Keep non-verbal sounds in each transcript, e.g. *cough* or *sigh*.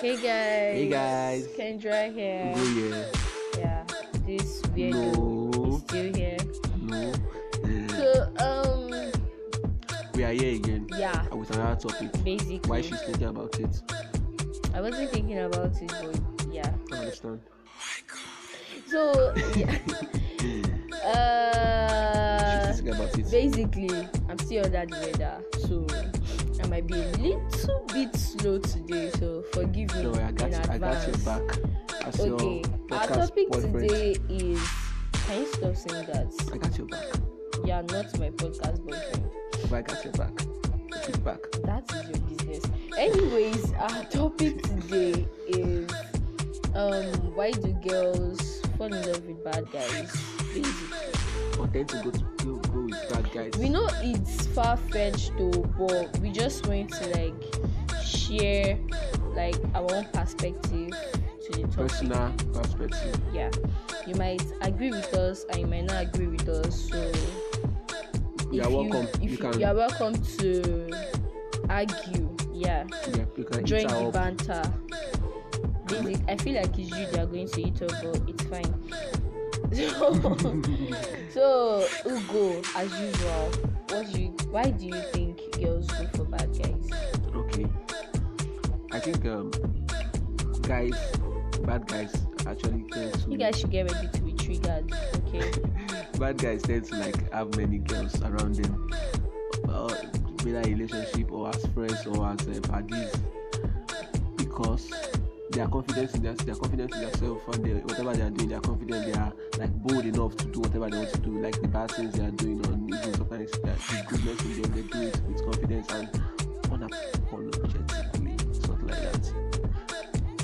Hey guys. Hey guys. Kendra here. Go here. Yeah. This weirdo No. is still here. No. So um We are here again. Yeah. With another topic. basically Why she's thinking about it. I wasn't thinking about it but yeah. I don't understand. So yeah. *laughs* uh she's thinking about it. basically I'm still under the weather. So I might be a little bit slow today, so forgive me. Don't worry, I got in you. I got your advance. back. As Okay. your Our podcast topic boyfriend. today is can you stop saying that? I got your back. You are not my podcast boyfriend. But I got your back. She's back. That is your business. Anyways, our topic today is um why do girls fall in love with bad guys? Basically. But then to go to go, go with bad guys. We know it's far fetched though, but we just want to like share like our own perspective to the topic. Personal perspective. Yeah. You might agree with us and you might not agree with us, so You if are welcome. if You, can. you are welcome to argue. Yeah, yeah, you can join enter the up. banter. Basic. I feel like it's you that are going to eat up, but it's fine. *laughs* So, so Ugo, as usual, what do you? Why do you think girls go for bad guys? Okay. I think um guys bad guys actually tend to You guys should get ready to be triggered. Okay. bad guys tend to like have many girls around them uh, whether in relationship or as friends or as uh, buddies because they are confident in their they are confident in themselves and they, whatever they are doing they are confident they are like bold enough to do whatever they want to do like the bad things they are doing or even sometimes that the goodness in them they do it with confidence and unap- unapologetically something like that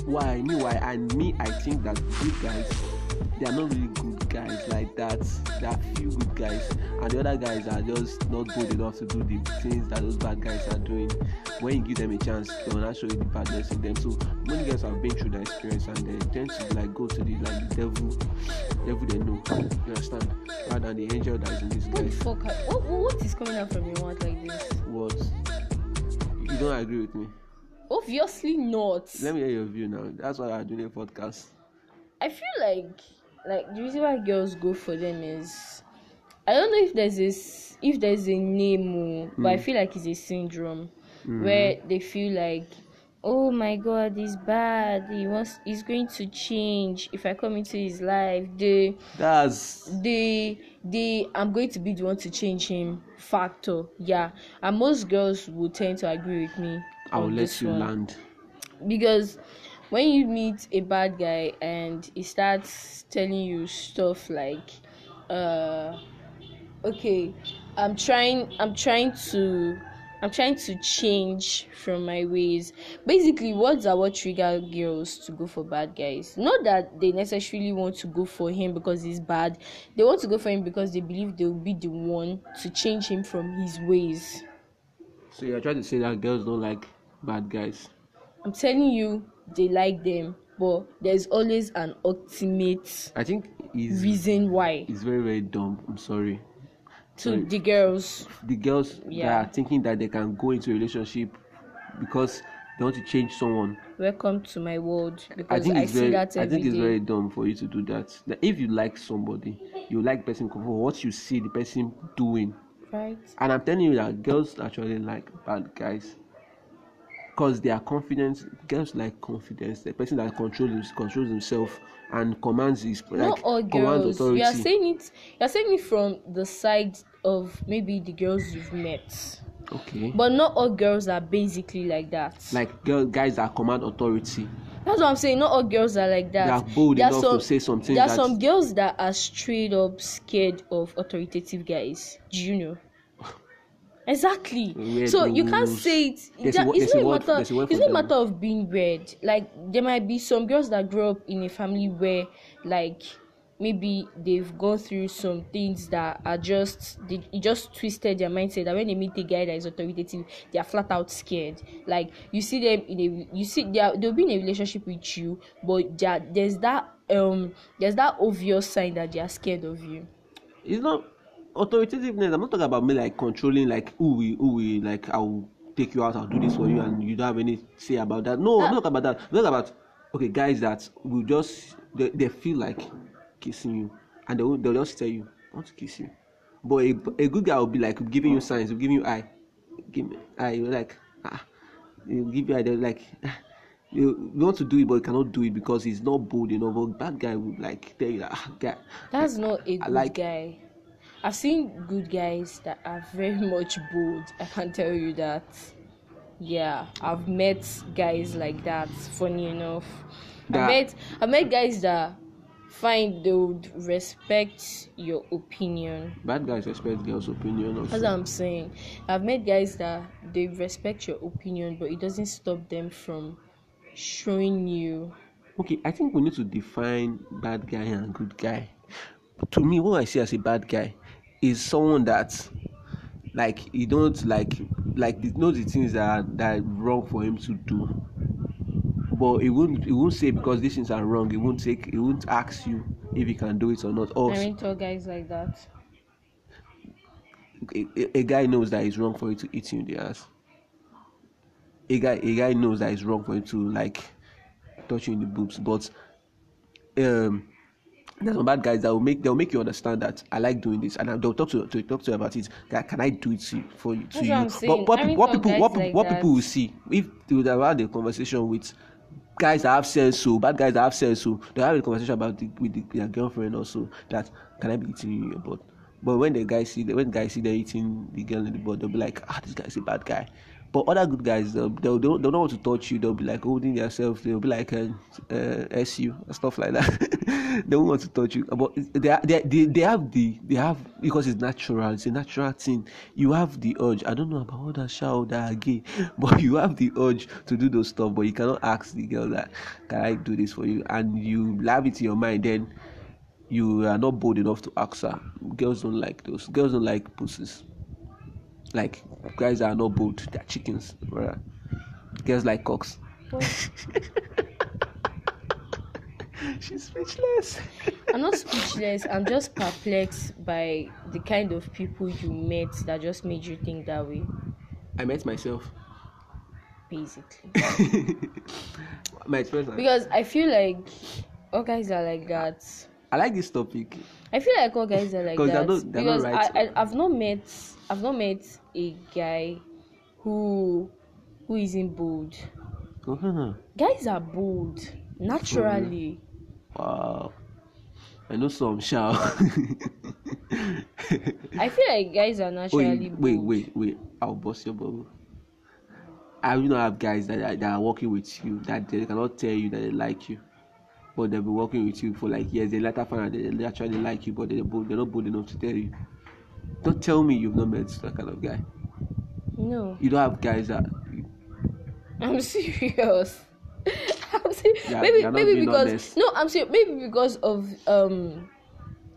why me why and me i think that good guys they are not really good guys like that there are few good guys and the other guys are just not good enough to do the things that those bad guys are doing when you give them a chance they will not show you the badness in them so many guys have been through that experience and they tend to like go to the like the devil devil they know you understand rather than the angel that is in this What the guy's fuck? are- What, what is coming out from your mouth like this? words you don't agree with me Obviously not. let me hear your view now that's why i do the podcast I feel like like the reason why girls go for them is I don't know if there's a s- if there's a name, oh, but Hmm. I feel like it's a syndrome where they feel like, oh my god, he's bad. He wants he's going to change if I come into his life. The that's the the I'm going to be the one to change him factor. Yeah, and most girls would tend to agree with me. I will on let this you one. land. because when you meet a bad guy and he starts telling you stuff like uh okay i'm trying i'm trying to i'm trying to change from my ways basically words are what trigger girls to go for bad guys not that they necessarily want to go for him because he's bad they want to go for him because they believe they'll be the one to change him from his ways So you're trying to say that girls don't like bad guys. I'm telling you, they like them, but there's always an ultimate I think is reason why is very very dumb. I'm sorry. to the girls. The girls Yeah. that are thinking that they can go into a relationship because they want to change someone. Welcome to my world I because think I, it's see very that I every think it's day. very dumb for you to do that. That if you like somebody, you like person for what you see the person doing. Right? And I'm telling you that girls actually like bad guys. Because they are confident, girls like confidence. The person that controls controls himself and commands his like, Not all commands girls. authority. You are saying it. You are saying it from the side of maybe the girls you've met, okay. but not all girls are basically like that. like girl, guys that command authority. That's what I'm saying. Not all girls are like that. They are bold enough to say some things There are that- some girls that are straight up scared of authoritative guys. Do you know? Exactly. Weird so you can't rules. say it. There's a that- wo- it's there's not a a word- matter. there's a word It's for not a them. matter of being weird. Like there might be some girls that grow up in a family where, like, maybe they've gone through some things that are just they it just twisted their mindset. That when they meet a guy that is authoritative, they are flat out scared. Like you see them in a you see they are, they'll be in a relationship with you, but there, there's that um there's that obvious sign that they are scared of you. It's not authoritativeness. I'm not talking about me like controlling, like who we, who we, like I'll take you out i'll do this for you and you don't have any say about that no Ah. don't talk about that don't talk about okay guys that will just they, they feel like kissing you and they will they'll just tell you i want to kiss you but a, a good guy will be like giving you signs will giving you eye give me eye you're like ah he'll give you eye they're like ah, you, you want to do it but you cannot do it because he's not bold enough but bad guy would like tell you that ah, guy That's not a I good like- guy. I've seen good guys that are very *laughs* much bold. I can tell you that. Yeah, I've met guys like that. Funny enough, That- I met I met guys that find they would respect your opinion. bad guys respect girls opinion also That's what I'm saying. I've met guys that they respect your opinion, but it doesn't stop them from showing you. Okay, I think we need to define bad guy and good guy. To me, what I see as a bad guy is someone that, like, you don't like, like, you know the things that are, that are wrong for him to do. But he won't, he won't say because these things are wrong. He won't take, he won't ask you if he can do it or not. Or I mean, tall guys like that. a, a- a guy knows that it's wrong for you to eat you in the ass. A guy, a guy knows that it's wrong for you to like touch you in the boobs, but um, there's some bad guys that will make they'll make you understand that I like doing this, and they'll talk to, to talk to you about it. That can I do it to- for you? To That's you? what I'm saying. what, I people, mean, what some people, guys what, people- like what that- people will see if they would have had a conversation with guys that have sense, so bad guys that have sense, so they have a conversation about the, with the, their girlfriend also that can I be eating you in your butt? But when the guys see the, when guys see they eating the girl in the butt, they'll be like, ah, this guy's a bad guy. But other good guys, they'll, they'll, they'll, they'll know how to touch you. They'll be like holding themselves. They'll be like uh, uh, SU and stuff like that. *laughs* they won't want to touch you. But they, are- they, they, they have the they have because it's natural. It's a natural thing. You have the urge. I don't know about other shout that are gay, *laughs* but you have the urge to do those stuff. But you cannot ask the girl that can I do this for you, and you have it in your mind. Then you are not bold enough to ask her. Girls don't like those. Girls don't like pussies. Like guys that are not bold. They're chickens. Right? Girls like cocks. She's speechless. I'm not speechless. I'm just perplexed by the kind of people you met that just made you think that way, I met myself. basically. My experience. Because I feel like all guys are like that. I like this topic. *laughs* I feel like all guys are like 'Cause that. they're not- they're not because right. I, I I've not met I've not met a guy who who isn't bold. Uh-huh. Guys are bold naturally. Wow. I know some *laughs* shout. I feel like guys are naturally wait, bold. wait, wait, wait. I'll bust your bubble. I you know have guys that are, that are working with you that they cannot tell you that they like you, but they've been working with you for like years. They later find out that they actually like you, but they're bold, they're not bold enough to tell you. Don't tell me you've not met that kind of guy. No, You don't have guys that I'm *laughs* serious. I'm serious. Yeah, maybe you're not maybe being because honest. no, I'm serious. Maybe because of um,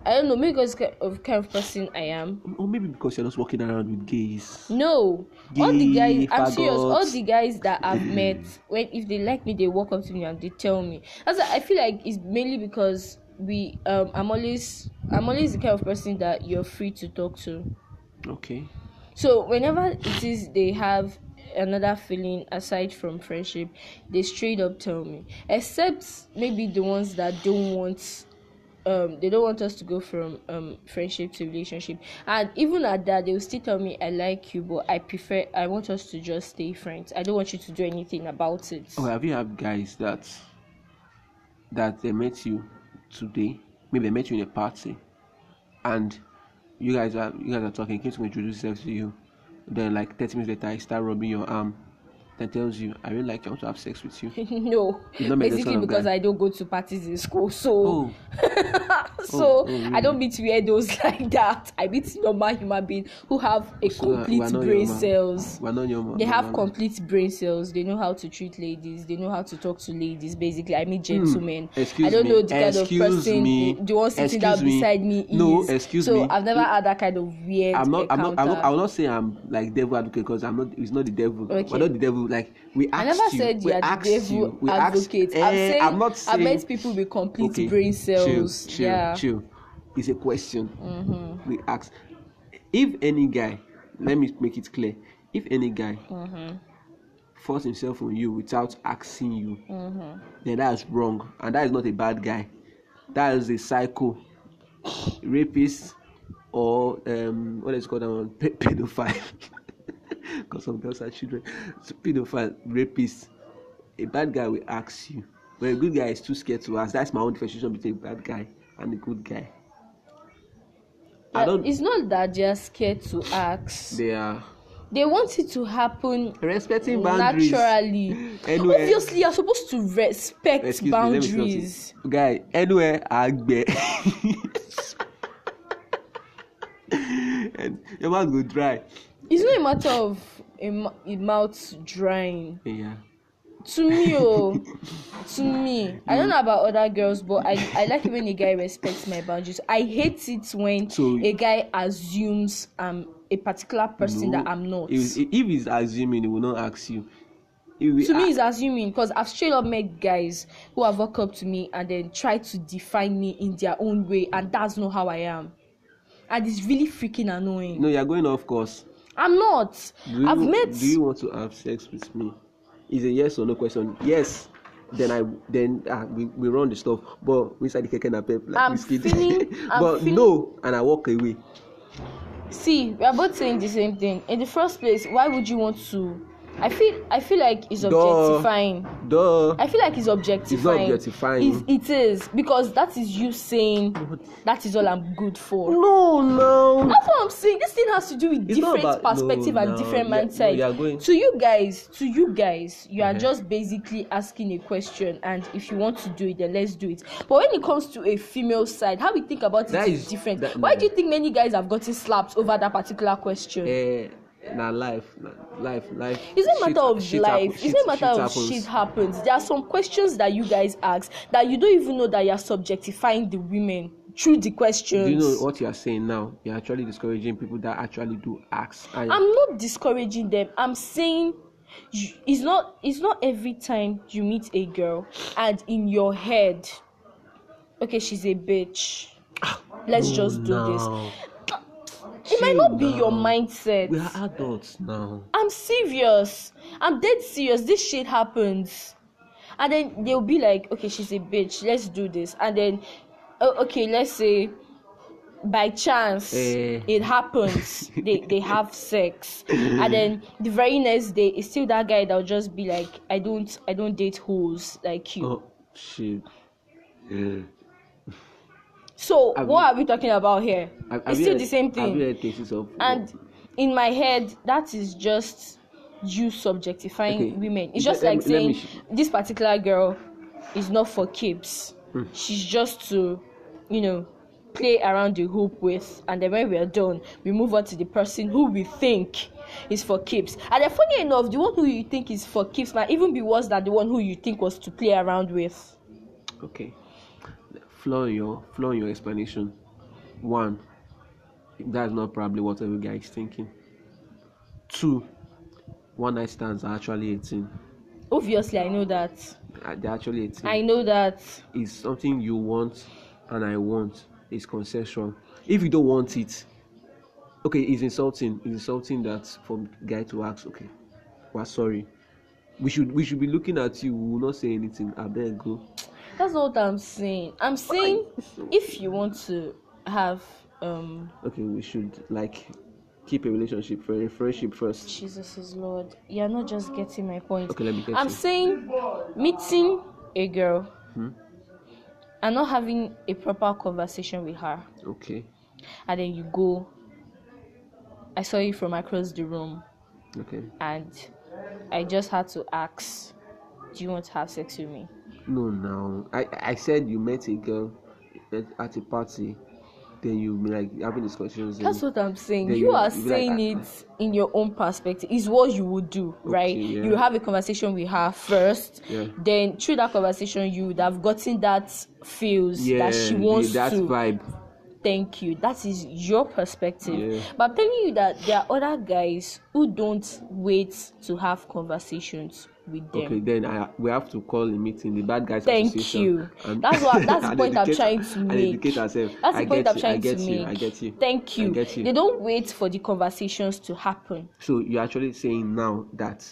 I don't know. Maybe because of kind of person I am. or maybe because you're just walking around with gays. No, all the guys. Gee, I'm serious. All faggots. the guys that *laughs* I've met, when if they like me, they walk up to me and they tell me. That's why I feel like it's mainly because we. Um, I'm always. I'm always the kind of person that you're free to talk to. Okay. So whenever it is they have another feeling aside from friendship, they straight up tell me. Except maybe the ones that don't want um they don't want us to go from um friendship to relationship. And even at that they will still tell me I like you but I prefer I want us to just stay friends. I don't want you to do anything about it. Oh, have you had guys that that they met you today? Maybe they met you in a party, and you guys are you guys are talking. Came to introduce themselves to you. Then, like thirty minutes later, he start rubbing your arm. Then tells you, "I really like you. I want to have sex with you." *laughs* no. You've not met this Basically kind of because guy. I don't go to parties in school so Oh, so Oh, oh, I don't meet weirdos *laughs* like that. I meet normal human beings who have a So, uh, we complete are not brain human. cells. we're not your man. They no, have no, no. complete brain cells. They know how to treat ladies. They know how to talk to ladies. Basically, I meet gentlemen. Hmm, Excuse I don't me. know the kind Excuse of person me. the, the one sitting Excuse down me. beside me is. No, excuse so me. I've never had that kind of weird I'm not, I'm encounter. not, I'm not, I will not say I'm like devil advocate because I'm not, it's not the devil. Okay. We're not the devil. Like, we I asked never you. said we you are asked the devil you, we asked- advocate. I'm Eh, saying I'm not saying. I met people with complete Okay, brain chill, cells. Chill, yeah. Mm-hmm. chill. It's a question we ask. If any guy, let me make it clear, if any guy Mm-hmm. force himself on you without asking you Mm-hmm. then that's wrong and that is not a bad guy that is a psycho rapist or um what is it called that one Pe- pedophile *laughs* because some girls are children so pedophile rapist a bad guy will ask you but a good guy is too scared to ask that's my own differentiation between a bad guy and a good guy i Uh, don't it's not that they're scared to ask. they are they want it to happen respecting boundaries *laughs* naturally. Anywhere- Obviously, you're supposed to respect excuse me let me boundaries. stop you guy anywhere agbe *laughs* and your mouth go dry It's not a matter of a, mou- a mouth drying. yeah To me, *laughs* oh, to me, I don't know about other girls, but I, I like it when a guy respects my boundaries. I hate it when So- a guy assumes I'm a particular person that I'm not. if if he's assuming he will not ask you He will to me ask- it's assuming because i've straight up met guys who have walked up to me and then tried to define me in their own way and that's not how i am and it's really freaking annoying no you are going off course i'm not do you i've met do you want to have sex with me is a yes or no question yes then i then ah we we run the stuff but we inside the keke na pep like I'm biscuit feeling- I'm *laughs* but feeling- no and i walk away see we're both saying the same thing in the first place why would you want to i feel i feel like it's Duh. objectifying duh i feel like it's objectifying objectifying. It's- it is because that is you saying that is all i'm good for no no that's what i'm saying this thing has to do with It's not different about- no, perspective no, and different yeah, no, mindset you are going- to you guys to you guys you are Mhm. just basically asking a question and if you want to do it then let's do it but when it comes to a female side how we think about it That is is- different that- why do you think many guys have gotten slapped over that particular question eh na life na life life It's not a Shit- matter of shit happen- life. shit- it's not a matter of happens. shit happens. There are some questions that you guys ask that you don't even know that you are subjectifying the women through the questions. do you know what you are saying now you are actually discouraging people that actually do ask and I'm not discouraging them. I'm saying you, it's not it's not every time you meet a girl and in your head, okay, she's a bitch. Let's just do this. now, It might not be Ah, Chill your now. mindset. we are adults now I'm serious. I'm dead serious. This shit happens. And then they'll be like, okay, she's a bitch. Let's do this. And then, oh, okay, let's say by chance Eh. it *laughs* happens. they, they have sex. And then the very next day, it's still that guy that'll just be like, I don't, I don't date hoes like you. oh shit Eh. so have what you- are we talking about here? Have- have it's you still heard- the same have you thing. heard cases of and in my head that is just you subjectifying Okay. women it's Let- just let like me- let saying me sh- this particular girl is not for kids Hmm. she's just to you know play around the hoop with and then when we are done we move on to the person who we think is for keeps and then funny enough the one who you think is for keeps might even be worse than the one who you think was to play around with okay flaw in your flaw in your explanation one that's not probably what every guy is thinking two one night stands are actually a thing obviously i know that Uh, they're actually a thing i know that it's something you want and i want it's consensual if you don't want it okay it's insulting it's insulting that from guy to ask okay we're sorry we should we should be looking at you we will not say anything abeg go That's not what I'm saying. I'm saying if you want to have um okay we should like keep a relationship for a friendship first Jesus is Lord, you're not just getting my point. Okay, let me get I'm you. Hmm? saying meeting a girl and not having a proper conversation with her, okay and then you go. I saw you from across the room, okay and I just had to ask, "Do you want to have sex with me?" no now i i said you met a girl at, at a party then you be like having discussions and- That's what I'm saying. then you, you- are you be like, saying "Ah, it in your own perspective. Is what you would do, right? yeah. You have a conversation with her first. Yeah. Then through that conversation, you would have gotten that feels that she wants that to. vibe Thank you. That is your perspective. Yeah. But I'm telling you that there are other guys who don't wait to have conversations with them. Okay, then I, we have to call a meeting, the bad guys Thank association. you. *laughs* and- That's what- that's the and point I'm educate- trying to and make. educate ourselves. That's the I point get I'm you, trying I get to you, make. I get you. Thank I you. get you. They don't wait for the conversations to happen. So you're actually saying now that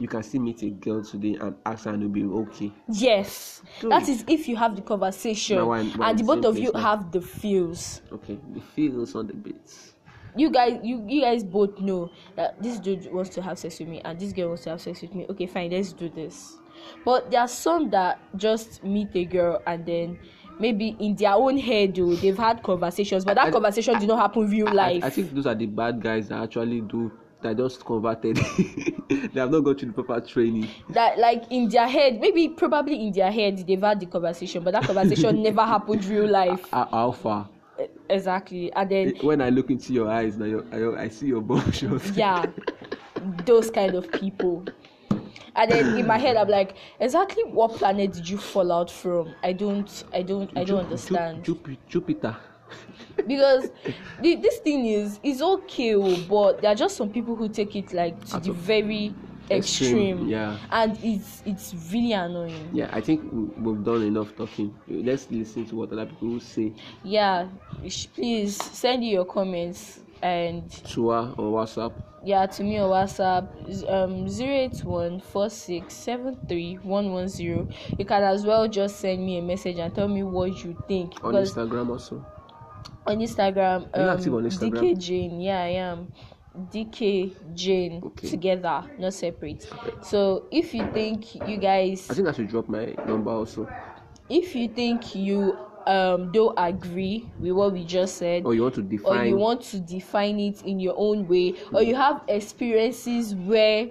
you can still meet a girl today and ask her and it'll be okay. Yes. Good. That is if you have the conversation Now we're in- we're in and the the both same of place you now. have the feels. Okay, the feels on the bits. You guys you, you guys both know that this dude wants to have sex with me and this girl wants to have sex with me. Okay, fine, let's do this. But there are some that just meet a girl and then maybe in their own head though, they've had conversations, but that I- conversation did not happen real life. I, I think those are the bad guys that actually do that just converted. *laughs* they have not gone through the proper training. that like in their head maybe probably in their head they've had the conversation but that conversation never happened real life A- alpha. E- exactly and then Eh, When I look into your eyes now, your, I, I see your *laughs* bullshit. yeah those kind of people and then in my head i'm like exactly what planet did you fall out from i don't i don't i don't understand Jupiter. because the, this thing is is okay oh, but there are just some people who take it like to Out the of- very Extreme, extreme yeah. and it's it's really annoying Yeah, I think we- we've done enough talking. Let's listen to what other people will say yeah sh- please send in your comments and to her on WhatsApp. yeah to me on whatsapp z- um 08146731110 you can as well just send me a message and tell me what you think on because Instagram also. on instagram Are you active um on Instagram? dk jane yeah i am dk jane Okay. together not separate so if you think you guys I think I should drop my number also. if you think you um don't agree with what we just said Or you want to or define? you want to define it in your own way or you have experiences where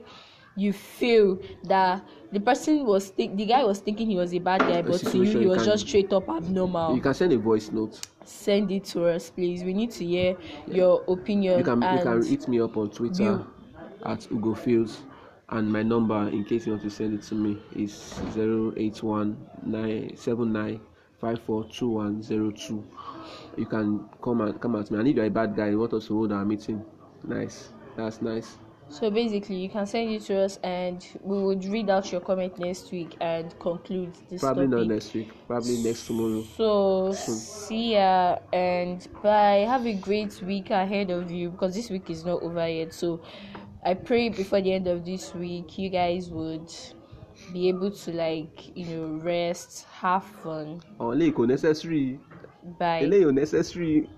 you feel that the person was think the guy was thinking he was a bad guy but to you situation he you was can- just straight up you abnormal can send a voice note. send it to us please we need to hear your opinion You can you can and hit me up on Twitter you- at Ugo Fields, and my number in case you want to send it to me is zero eight one nine seven nine five four two one zero two. You can come and come at me. I need you a bad guy. You want us to hold our meeting? Nice. That's nice. so basically you can send it to us and we would read out your comment next week and conclude this Probably topic. not next week. Probably next tomorrow. So, see ya and bye. Have a great week ahead of you because this week is not over yet. So, I pray before the end of this week, you guys would be able to, like, you know, rest, have fun. Only necessary. Bye. Only necessary.